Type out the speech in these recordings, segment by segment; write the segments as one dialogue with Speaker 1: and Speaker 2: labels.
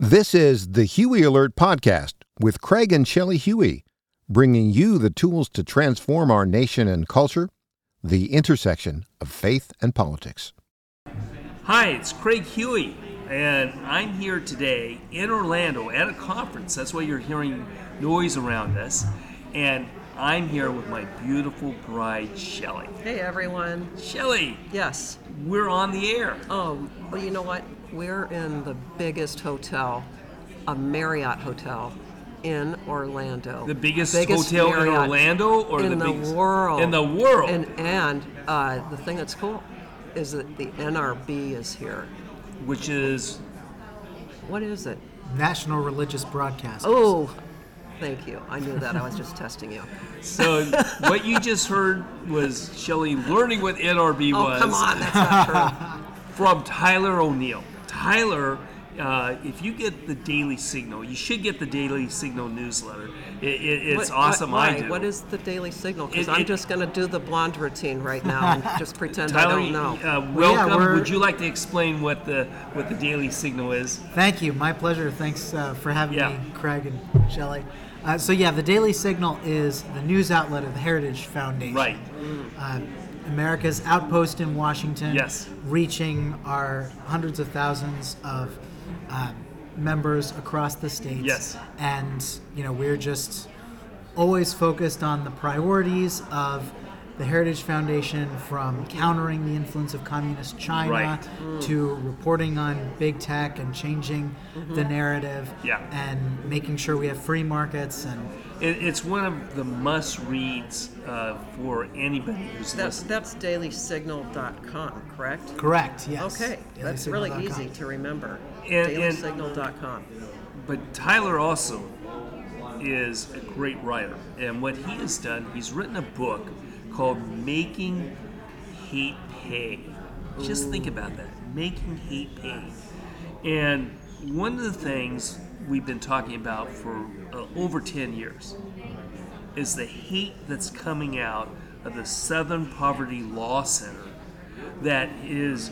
Speaker 1: This is the Huey Alert Podcast with Craig and Shelley Huey, bringing you the tools to transform our nation and culture, the intersection of faith and politics.
Speaker 2: Hi, it's Craig Huey, and I'm here today in Orlando at a conference. That's why you're hearing noise around us. And I'm here with my beautiful bride, Shelly.
Speaker 3: Hey everyone.
Speaker 2: Shelly,
Speaker 3: Yes.
Speaker 2: we're on the air.
Speaker 3: Oh, well, you know what? We're in the biggest hotel, a Marriott hotel in Orlando.
Speaker 2: The biggest, hotel in
Speaker 3: Marriott
Speaker 2: Orlando or
Speaker 3: in
Speaker 2: the, biggest
Speaker 3: world.
Speaker 2: In the world.
Speaker 3: And and uh, the thing that's cool is that the NRB is here.
Speaker 2: which is
Speaker 3: What is it?
Speaker 4: National Religious Broadcast.
Speaker 3: Oh, thank you. I knew that. I was just testing you.
Speaker 2: so what you just heard was Shelly learning what NRB
Speaker 3: Oh,
Speaker 2: was.
Speaker 3: come on, that's not true.
Speaker 2: from Tyler O'Neill. Tyler, uh, if you get the Daily Signal, you should get the Daily Signal newsletter. It, it, it's
Speaker 3: What- what-
Speaker 2: awesome.
Speaker 3: Why?
Speaker 2: I do.
Speaker 3: What is the daily signal? Because
Speaker 2: It-
Speaker 3: I'm
Speaker 2: it-
Speaker 3: just going to do the blonde routine right now and just pretend
Speaker 2: Tyler?
Speaker 3: I don't know.
Speaker 2: Uh,
Speaker 4: Well, yeah,
Speaker 2: welcome.
Speaker 4: we're-
Speaker 2: Would you like to explain what the what the Daily Signal is?
Speaker 4: Thank you. My pleasure. Thanks uh, for having
Speaker 2: Yeah.
Speaker 4: me, Craig and Shelley. Uh, so, yeah, the Daily Signal is the news outlet of the Heritage Foundation.
Speaker 2: Right.
Speaker 4: Uh, America's outpost in Washington.
Speaker 2: Yes.
Speaker 4: Reaching our hundreds of thousands of uh, members across the states.
Speaker 2: Yes.
Speaker 4: And, you know, we're just always focused on the priorities of the Heritage Foundation from countering the influence of communist China
Speaker 2: Right.
Speaker 4: to reporting on big tech and changing
Speaker 3: Mm-hmm.
Speaker 4: the narrative
Speaker 2: Yeah.
Speaker 4: and making sure we have free markets and
Speaker 2: It, it's one of the must reads uh, for anybody who's
Speaker 3: That's,
Speaker 2: listening.
Speaker 3: that's dailysignal.com, correct?
Speaker 4: correct yes
Speaker 3: Okay, that's really
Speaker 4: DailySignal.com.
Speaker 3: easy to remember.
Speaker 2: And- and-
Speaker 3: Dailysignal.com.
Speaker 2: But Tyler also is a great writer, and what he has done, he's written a book called "Making Hate Pay." Just think about that, making hate pay. And one of the things we've been talking about for uh, over ten years is the hate that's coming out of the Southern Poverty Law Center that is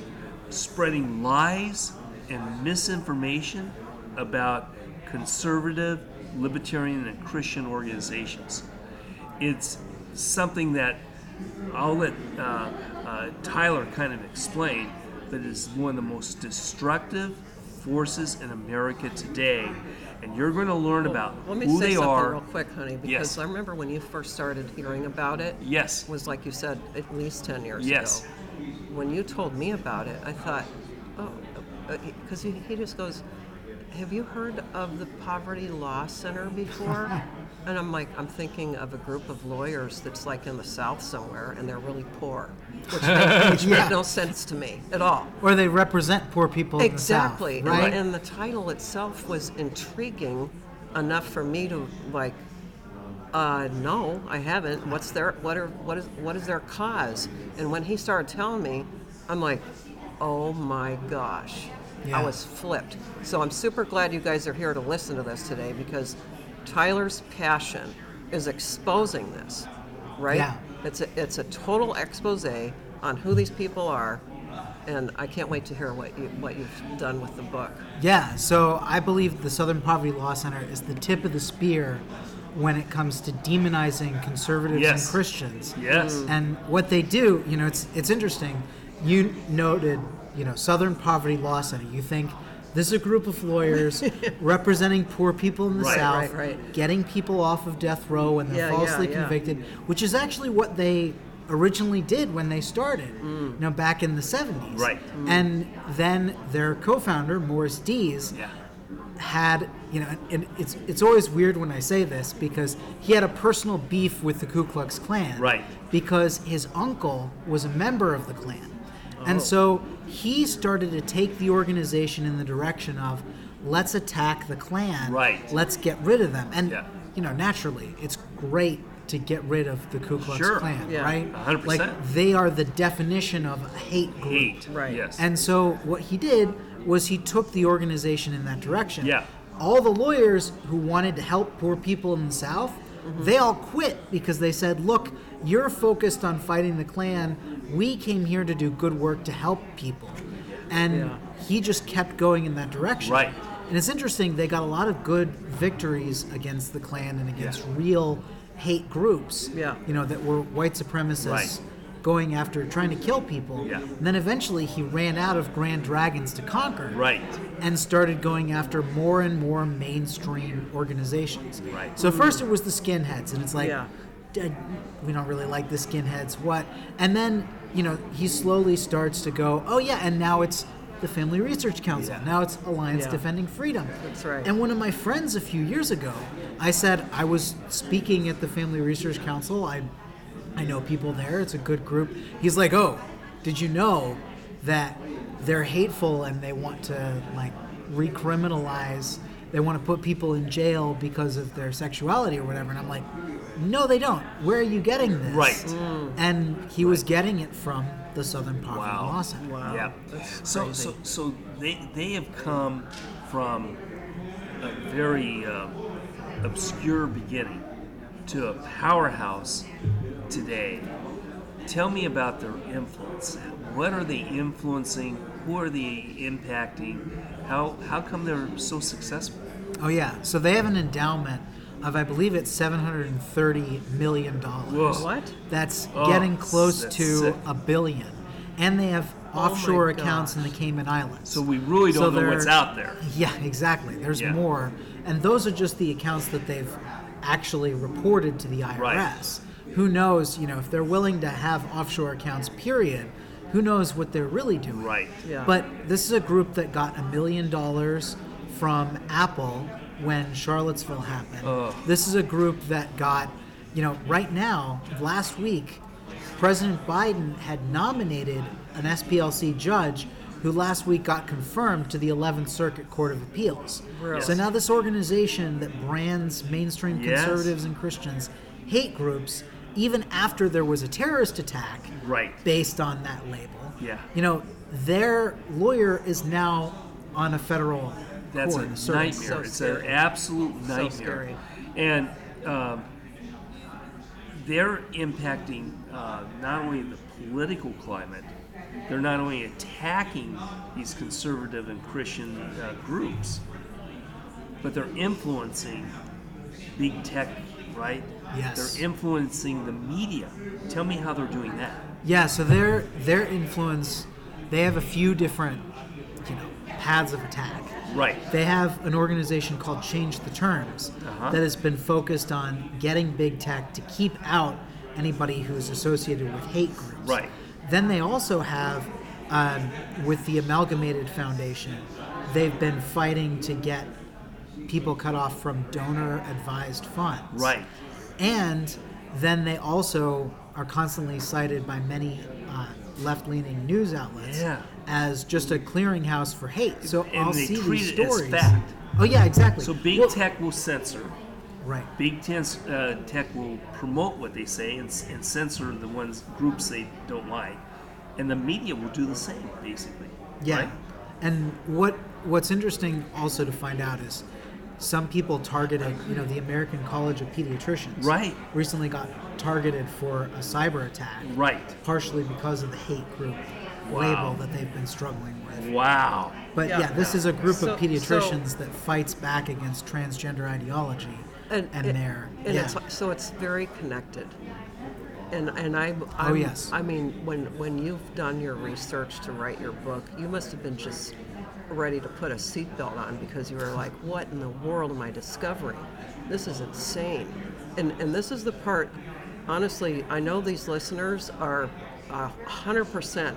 Speaker 2: spreading lies and misinformation about conservative, libertarian, and Christian organizations. It's something that I'll let uh, uh, Tyler kind of explain, but it's one of the most destructive forces in America today. And you're going to learn about
Speaker 3: Let me
Speaker 2: who
Speaker 3: say
Speaker 2: they
Speaker 3: something
Speaker 2: are.
Speaker 3: real quick, honey, because
Speaker 2: Yes.
Speaker 3: I remember when you first started hearing about it.
Speaker 2: Yes.
Speaker 3: It was like you said, at least 10 years
Speaker 2: Yes.
Speaker 3: ago. When you told me about it, I thought, oh, because he, he just goes, Have you heard of the Poverty Law Center before? and I'm like, I'm thinking of a group of lawyers that's like in the South somewhere and they're really poor, which, made, which made
Speaker 4: Yeah.
Speaker 3: no sense to me at all.
Speaker 4: or they represent poor people
Speaker 3: Exactly. And-
Speaker 4: in the south right
Speaker 3: And, the title itself was intriguing enough for me to like uh, no, I haven't. What's their what are what is what is their cause? And when he started telling me, I'm like, "Oh my gosh." I
Speaker 4: Yeah.
Speaker 3: was flipped. So I'm super glad you guys are here to listen to this today because Tyler's passion is exposing this, right?
Speaker 4: Yeah.
Speaker 3: It's a, it's a total expose on who these people are, and I can't wait to hear what you what you've done with the book.
Speaker 4: Yeah, so I believe the Southern Poverty Law Center is the tip of the spear when it comes to demonizing conservatives
Speaker 2: Yes.
Speaker 4: and Christians.
Speaker 2: Yes. Mm.
Speaker 4: And what they do, you know, it's it's interesting. You noted, you know, Southern Poverty Law Center. You think this is a group of lawyers representing poor people in the
Speaker 2: Right,
Speaker 4: South,
Speaker 3: right, right.
Speaker 4: getting people off of death row when they're
Speaker 3: Yeah, yeah,
Speaker 4: falsely
Speaker 3: yeah.
Speaker 4: convicted, which is actually what they originally did when they started,
Speaker 3: Mm.
Speaker 4: you know, back in the 70s.
Speaker 2: Right.
Speaker 4: And then their co-founder, Morris Dees,
Speaker 2: Yeah.
Speaker 4: had you know and it's it's always weird when i say this because he had a personal beef with the ku klux klan
Speaker 2: Right.
Speaker 4: because his uncle was a member of the klan
Speaker 2: Oh.
Speaker 4: and so he started to take the organization in the direction of let's attack the klan
Speaker 2: Right.
Speaker 4: let's get rid of them and
Speaker 2: Yeah.
Speaker 4: you know naturally it's great to get rid of the ku klux
Speaker 2: Sure.
Speaker 4: klan
Speaker 3: Yeah.
Speaker 4: right
Speaker 2: A hundred
Speaker 4: like
Speaker 2: percent.
Speaker 4: they are the definition of a hate group
Speaker 2: Hate.
Speaker 3: Right.
Speaker 2: Yes.
Speaker 4: and so what he did was he took the organization in that direction.
Speaker 2: Yeah.
Speaker 4: All the lawyers who wanted to help poor people in the South, they all quit because they said, "Look, you're focused on fighting the Klan. We came here to do good work to help people." And he just kept going in that direction.
Speaker 2: Right.
Speaker 4: And it's interesting, they got a lot of good victories against the Klan and against real hate groups,
Speaker 3: Yeah.
Speaker 4: you know, that were white supremacists
Speaker 2: Right.
Speaker 4: going after trying to kill people.
Speaker 2: Yeah.
Speaker 4: And then eventually he ran out of Grand Dragons to conquer
Speaker 2: Right.
Speaker 4: and started going after more and more mainstream organizations.
Speaker 2: Right.
Speaker 4: So first it was the skinheads, and it's like,
Speaker 3: Yeah.
Speaker 4: "D- we don't really like the skinheads. What? And then you know he slowly starts to go, oh yeah, and now it's the Family Research Council.
Speaker 2: Yeah.
Speaker 4: Now it's Alliance
Speaker 3: Yeah.
Speaker 4: Defending Freedom.
Speaker 3: That's right.
Speaker 4: And one of my friends a few years ago, I said I was speaking at the Family Research Council. I I know people there. It's a good group. He's like, "Oh, did you know that they're hateful and they want to like recriminalize? They want to put people in jail because of their sexuality or whatever." And I'm like, "No, they don't. Where are you getting this?"
Speaker 2: Right.
Speaker 4: And he was getting it from the Southern Poverty
Speaker 2: Wow.
Speaker 4: Law Center.
Speaker 2: Yeah. So, so, so they they have come from a very um obscure beginning to a powerhouse today. Tell me about their influence. What are they influencing? Who are they impacting? How how come they're so successful?
Speaker 4: Oh yeah. So they have an endowment of I believe it's 730 million dollars.
Speaker 2: Whoa.
Speaker 3: What?
Speaker 4: That's
Speaker 2: Oh,
Speaker 4: getting close
Speaker 2: that's
Speaker 4: to
Speaker 2: sick. Oh
Speaker 4: a billion. And they have
Speaker 3: my
Speaker 4: offshore accounts in the
Speaker 3: gosh.
Speaker 4: Cayman Islands.
Speaker 2: So we really
Speaker 4: So
Speaker 2: don't know what's
Speaker 4: they're-
Speaker 2: out there.
Speaker 4: Yeah, exactly. There's
Speaker 2: Yeah.
Speaker 4: more. And those are just the accounts that they've actually reported to the IRS.
Speaker 2: Right.
Speaker 4: Who knows, you know, if they're willing to have offshore accounts, period, who knows what they're really doing.
Speaker 2: Right.
Speaker 3: Yeah.
Speaker 4: But this is a group that got a million dollars from Apple when Charlottesville happened. This is a group that got, you know, right now, last week, President Biden had nominated an SPLC judge who last week got confirmed to the 11th Circuit Court of Appeals.
Speaker 3: Really?
Speaker 4: So now this organization that brands mainstream
Speaker 2: Yes.
Speaker 4: conservatives and Christians hate groups even after there was a terrorist attack
Speaker 2: Right.
Speaker 4: based on that label.
Speaker 2: Yeah.
Speaker 4: You know, their lawyer is now on a federal
Speaker 2: That's
Speaker 4: court.
Speaker 2: a
Speaker 4: serving.
Speaker 2: nightmare.
Speaker 3: so
Speaker 2: it's an
Speaker 3: scary.
Speaker 2: absolute nightmare.
Speaker 3: scary.
Speaker 2: And um, they're impacting uh, not only the political climate, they're not only attacking these conservative and Christian uh, groups, but they're influencing big tech, right?
Speaker 4: Yes.
Speaker 2: They're influencing the media. Tell me how they're doing that.
Speaker 4: Yeah, so their their influence, they have a few different, you know, paths of attack.
Speaker 2: Right.
Speaker 4: They have an organization called Change the Terms
Speaker 2: Uh-huh.
Speaker 4: that has been focused on getting big tech to keep out anybody who is associated with hate groups.
Speaker 2: Right.
Speaker 4: Then they also have, um, with the Amalgamated Foundation, they've been fighting to get people cut off from donor advised funds.
Speaker 2: Right.
Speaker 4: And then they also are constantly cited by many uh, left leaning news outlets
Speaker 2: Yeah.
Speaker 4: as just a clearinghouse for hate. So
Speaker 2: And
Speaker 4: I'll
Speaker 2: they
Speaker 4: see
Speaker 2: treat
Speaker 4: these
Speaker 2: it as
Speaker 4: stories.
Speaker 2: fact.
Speaker 4: Oh yeah, exactly.
Speaker 2: So big
Speaker 4: Well,
Speaker 2: tech will censor.
Speaker 4: Right.
Speaker 2: Big Ten, uh, Tech will promote what they say and, and censor the ones groups they don't like, and the media will do the same, basically.
Speaker 4: Yeah.
Speaker 2: right?
Speaker 4: And what what's interesting also to find out is some people targeted, you know, the American College of Pediatricians.
Speaker 2: Right.
Speaker 4: Recently got targeted for a cyber attack.
Speaker 2: Right.
Speaker 4: Partially because of the hate group
Speaker 2: Wow.
Speaker 4: label that they've been struggling with.
Speaker 2: Wow.
Speaker 4: But yeah,
Speaker 3: Yeah.
Speaker 4: this is a group
Speaker 3: So-
Speaker 4: of pediatricians that fights back against transgender ideology and,
Speaker 3: it-
Speaker 4: their
Speaker 3: and
Speaker 4: yeah.
Speaker 3: it's so it's very connected and and i
Speaker 4: Oh, yes.
Speaker 3: i mean when when you've done your research to write your book you must have been just ready to put a seatbelt on because you were like what in the world am i discovering this is insane and and this is the part honestly i know these listeners are uh, 100%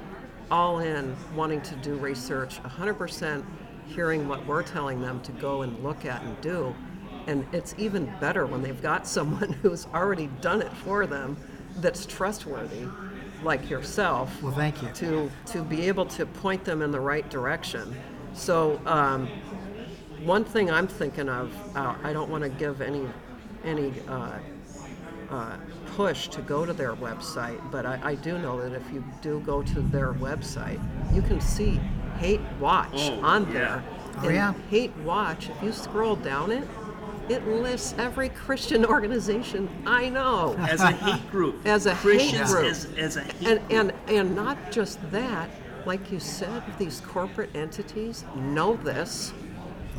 Speaker 3: all in wanting to do research 100% hearing what we're telling them to go and look at and do and it's even better when they've got someone who's already done it for them that's trustworthy, like yourself.
Speaker 4: Well, thank you.
Speaker 3: To, to be able to point them in the right direction. So, um, one thing I'm thinking of, uh, I don't want to give any, any uh, uh, push to go to their website, but I, I do know that if you do go to their website, you can see Hate Watch
Speaker 2: Oh,
Speaker 3: on
Speaker 2: yeah.
Speaker 3: there.
Speaker 4: Oh,
Speaker 3: And
Speaker 4: yeah.
Speaker 3: Hate Watch, if you scroll down it, it lists every Christian organization I know.
Speaker 2: As a hate group.
Speaker 3: As a hate
Speaker 2: Christians
Speaker 3: group.
Speaker 2: As, as a hate
Speaker 3: and,
Speaker 2: group.
Speaker 3: and, and not just that, like you said, these corporate entities know this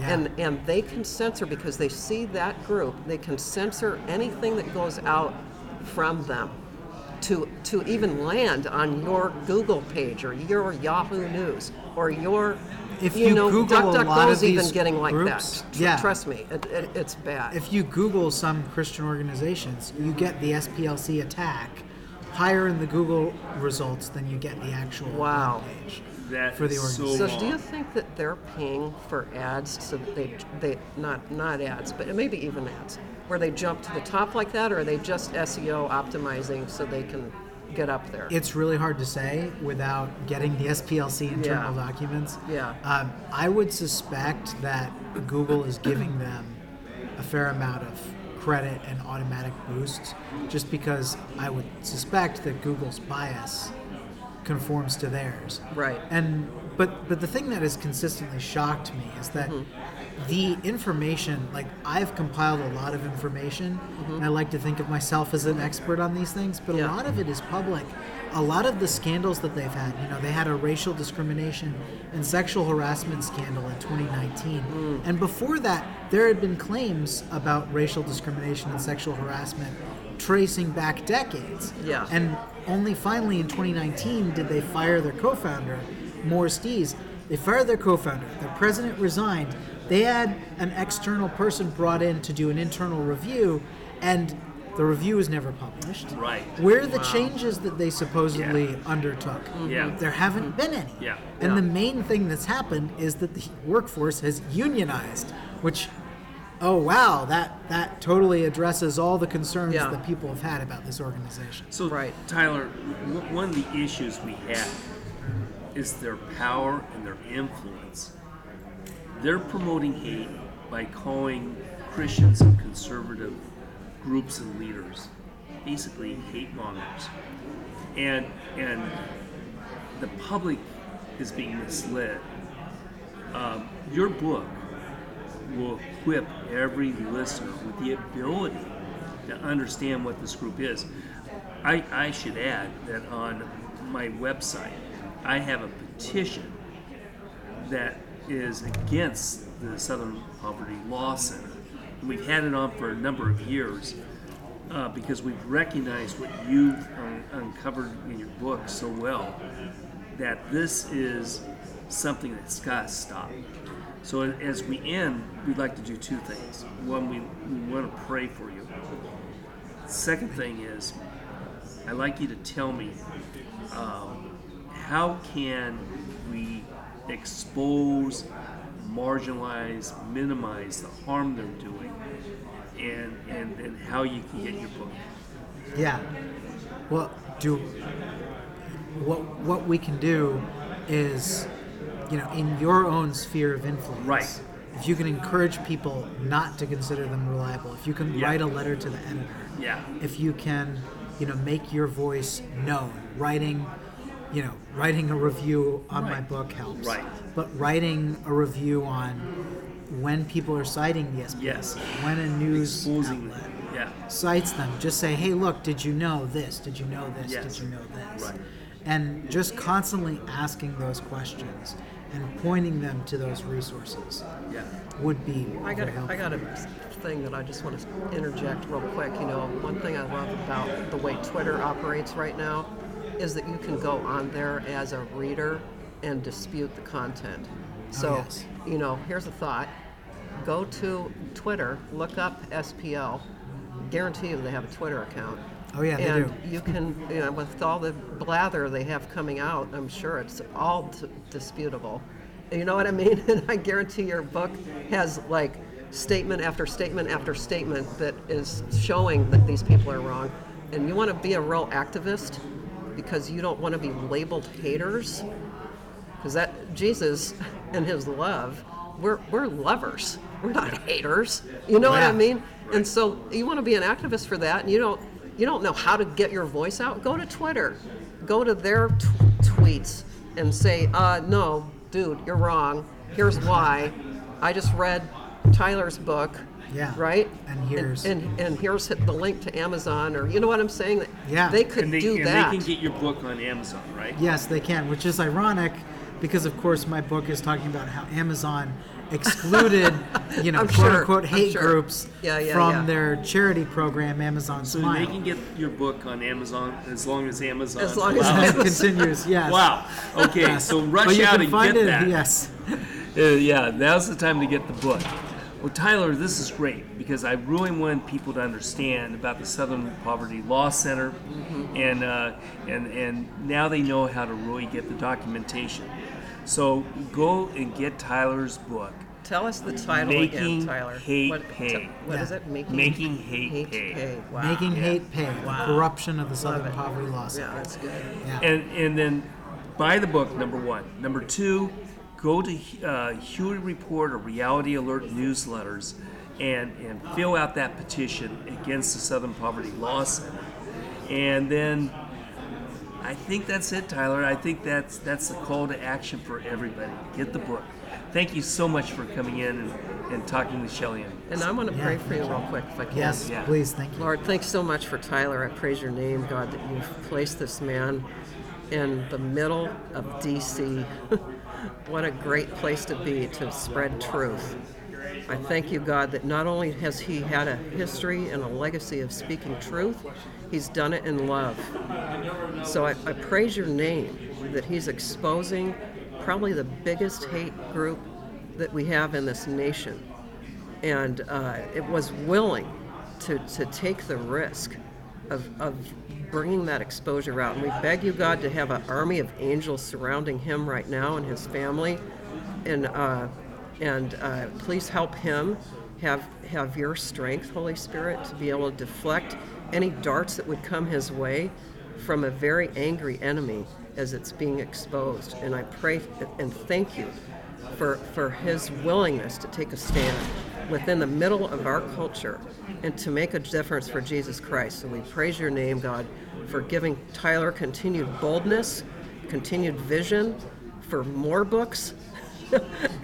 Speaker 4: Yeah.
Speaker 3: And, and they can censor because they see that group, they can censor anything that goes out from them to, to even land on your Google page or your Yahoo News or your.
Speaker 4: If
Speaker 3: you,
Speaker 4: you
Speaker 3: know,
Speaker 4: Google a
Speaker 3: DuckDuckGo's
Speaker 4: lot of
Speaker 3: even
Speaker 4: these
Speaker 3: getting like
Speaker 4: groups,
Speaker 3: that. Tr-
Speaker 4: yeah.
Speaker 3: Trust me, it, it, it's bad.
Speaker 4: if you Google some Christian organizations, you get the SPLC attack higher in the Google results than you get the actual
Speaker 3: Wow.
Speaker 4: page
Speaker 2: That
Speaker 4: for the
Speaker 2: is so
Speaker 4: organization.
Speaker 3: So
Speaker 2: long.
Speaker 3: do you think that they're paying for ads so that they, they not not ads, but maybe even ads, where they jump to the top like that, or are they just SEO optimizing so they can get up there?
Speaker 4: it's really hard to say without getting the SPLC internal
Speaker 3: Yeah.
Speaker 4: documents.
Speaker 3: Yeah.
Speaker 4: Um, I would suspect that Google is giving them a fair amount of credit and automatic boosts just because I would suspect that Google's bias conforms to theirs.
Speaker 3: Right.
Speaker 4: And but but the thing that has consistently shocked me is that the information like I've compiled a lot of information and I like to think of myself as an expert on these things, but a
Speaker 3: Yeah.
Speaker 4: lot of it is public. A lot of the scandals that they've had, you know, they had a racial discrimination and sexual harassment scandal in 2019. And before that, there had been claims about racial discrimination and sexual harassment tracing back decades.
Speaker 3: Yeah.
Speaker 4: And and only finally in 2019 did they fire their co-founder, Morris Dees. They fired their co-founder. Their president resigned. They had an external person brought in to do an internal review, and the review was never published.
Speaker 2: Right.
Speaker 4: Where are the changes that they supposedly
Speaker 2: Yeah.
Speaker 4: undertook?
Speaker 2: Yeah.
Speaker 4: There haven't been any.
Speaker 2: Yeah.
Speaker 4: And
Speaker 2: Yeah.
Speaker 4: the main thing that's happened is that the workforce has unionized, which oh wow, that that totally addresses all the concerns
Speaker 3: Yeah.
Speaker 4: that people have had about this organization.
Speaker 2: So,
Speaker 3: Right.
Speaker 2: Tyler, w- one of the issues we have is their power and their influence. They're promoting hate by calling Christians and conservative groups and leaders basically hate mongers, and and the public is being misled. Um, your book will equip every listener with the ability to understand what this group is. I, I should add that on my website, I have a petition that is against the Southern Poverty Law Center. And We've had it on for a number of years uh, because we've recognized what you've un- uncovered in your book so well that this is something that's got to stop. So a- as we end, we'd like to do two things. One, we, we want to pray for you. Second thing is, I'd like you to tell me um, how can we expose, marginalize, minimize the harm they're doing, and and, and how you can get your book.
Speaker 4: Yeah. Well, do what what we can do is, you know, in your own sphere of influence.
Speaker 2: Right.
Speaker 4: If you can encourage people not to consider them reliable, if you can
Speaker 2: Yeah.
Speaker 4: write a letter to the editor,
Speaker 2: Yeah.
Speaker 4: if you can, you know, make your voice known, writing, you know, writing a review on my
Speaker 2: Right.
Speaker 4: book helps.
Speaker 2: Right.
Speaker 4: But writing a review on when people are citing the SPLC,
Speaker 2: Yes.
Speaker 4: when a news
Speaker 2: Exposing
Speaker 4: outlet,
Speaker 2: them. Yeah.
Speaker 4: cites them. Just say, hey, look, did you know this? Did you know this?
Speaker 2: Yes.
Speaker 4: Did you know this?
Speaker 2: Right.
Speaker 4: And just constantly asking those questions and pointing them to those resources
Speaker 2: Yeah.
Speaker 4: would be
Speaker 3: I got,
Speaker 4: very helpful.
Speaker 3: I got a thing that I just want to interject real quick. You know, one thing I love about the way Twitter operates right now is that you can go on there as a reader and dispute the content. So,
Speaker 4: yes.
Speaker 3: you know, here's a thought go to Twitter, look up SPL. Guarantee you they have a Twitter account.
Speaker 4: Oh, yeah, they
Speaker 3: and
Speaker 4: do.
Speaker 3: you can, you know, with all the blather they have coming out, I'm sure it's all t- disputable. You know what I mean? And I guarantee your book has like statement after statement after statement that is showing that these people are wrong. And you want to be a real activist because you don't want to be labeled haters. Because that Jesus and his love, we're, we're lovers. We're not haters. You know what I
Speaker 4: Yeah.
Speaker 3: mean? And so you want to be an activist for that, and you don't you don't know how to get your voice out. Go to Twitter, go to their t- tweets, and say, uh, "No, dude, you're wrong. Here's why. I just read Tyler's book.
Speaker 4: Yeah.
Speaker 3: Right.
Speaker 4: And here's-
Speaker 3: and and, and here's the link to Amazon, or you know what I'm saying?
Speaker 4: Yeah.
Speaker 3: They could
Speaker 2: And they,
Speaker 3: do
Speaker 2: and
Speaker 3: that.
Speaker 2: they can get your book on Amazon, right?
Speaker 4: Yes, they can, which is ironic because, of course, my book is talking about how Amazon excluded, you know,
Speaker 3: I'm
Speaker 4: quote
Speaker 3: sure,
Speaker 4: unquote
Speaker 3: I'm
Speaker 4: hate
Speaker 3: sure.
Speaker 4: groups
Speaker 3: Yeah, yeah,
Speaker 4: from
Speaker 3: yeah.
Speaker 4: their charity program, Amazon
Speaker 2: So
Speaker 4: Smile.
Speaker 2: they can get your book on Amazon as long as Amazon.
Speaker 3: As long as
Speaker 2: allows.
Speaker 4: That continues, yes.
Speaker 2: Wow. Okay,
Speaker 4: Yes.
Speaker 2: so rush
Speaker 4: But you
Speaker 2: out
Speaker 4: can
Speaker 2: and
Speaker 4: find
Speaker 2: get
Speaker 4: it,
Speaker 2: that.
Speaker 4: Yes.
Speaker 2: Uh, yeah, now's the time to get the book. Well, Tyler, this is great because I really wanted people to understand about the Southern Poverty Law Center, and uh, and and now they know how to really get the documentation. So go and get Tyler's book,
Speaker 3: Tell us the title
Speaker 2: Making
Speaker 3: again, Tyler.
Speaker 2: hate
Speaker 3: what,
Speaker 2: pay.
Speaker 3: t- what is it? Making,
Speaker 2: Making hate pay.
Speaker 3: Wow.
Speaker 4: Making hate pay. the Corruption of the Southern
Speaker 3: it.
Speaker 4: Poverty Law
Speaker 3: Yeah,
Speaker 4: Center.
Speaker 3: that's good.
Speaker 4: Yeah.
Speaker 2: and and then buy the book. Number one. Number two, go to uh, Huey Report or Reality Alert newsletters, and and fill out that petition against the Southern Poverty Law Center, and then. I think that's it, Tyler. I think that's that's the call to action for everybody. Get the book. Thank you so much for coming in and, and talking with Shelly. and
Speaker 3: And I want to
Speaker 4: Yeah,
Speaker 3: pray for
Speaker 4: thank
Speaker 3: you
Speaker 4: you.
Speaker 3: real quick if I can.
Speaker 4: Yes,
Speaker 2: Yeah.
Speaker 4: please, thank you.
Speaker 3: Lord, thanks so much for Tyler. I praise your name, God, that you've placed this man in the middle of DC. what a great place to be to spread truth. I thank you, God, that not only has he had a history and a legacy of speaking truth, he's done it in love. So I, I praise your name that he's exposing probably the biggest hate group that we have in this nation and uh, it was willing to, to take the risk of, of bringing that exposure out. And we beg you, God, to have an army of angels surrounding him right now and his family, and uh, and uh, please help him have have your strength, Holy Spirit, to be able to deflect any darts that would come his way from a very angry enemy as it's being exposed. And I pray and thank you for, for his willingness to take a stand within the middle of our culture and to make a difference for Jesus Christ. And we praise your name, God, for giving Tyler continued boldness, continued vision for more books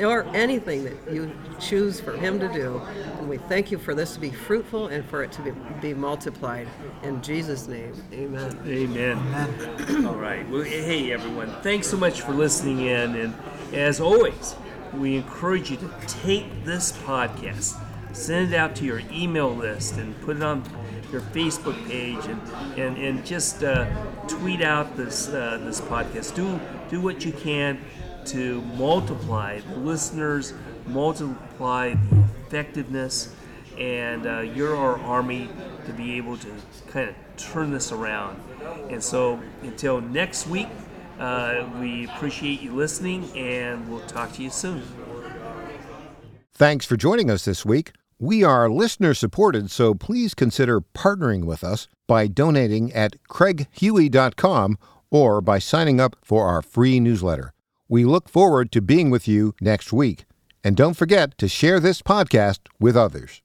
Speaker 3: or anything that you choose for him to do. And we thank you for this to be fruitful and for it to be, be multiplied. In Jesus' name, amen.
Speaker 2: Amen. All right. Well, hey, everyone. Thanks so much for listening in. And as always, we encourage you to take this podcast, send it out to your email list, and put it on your Facebook page, and and, and just uh, tweet out this uh, this podcast. Do do what you can to multiply the listeners, multiply the effectiveness and uh, you're our army to be able to kind of turn this around. And so, until next week, uh, we appreciate you listening, and we'll talk to you soon.
Speaker 1: Thanks for joining us this week. We are listener supported, so please consider partnering with us by donating at craighuey.com or by signing up for our free newsletter. We look forward to being with you next week. And don't forget to share this podcast with others.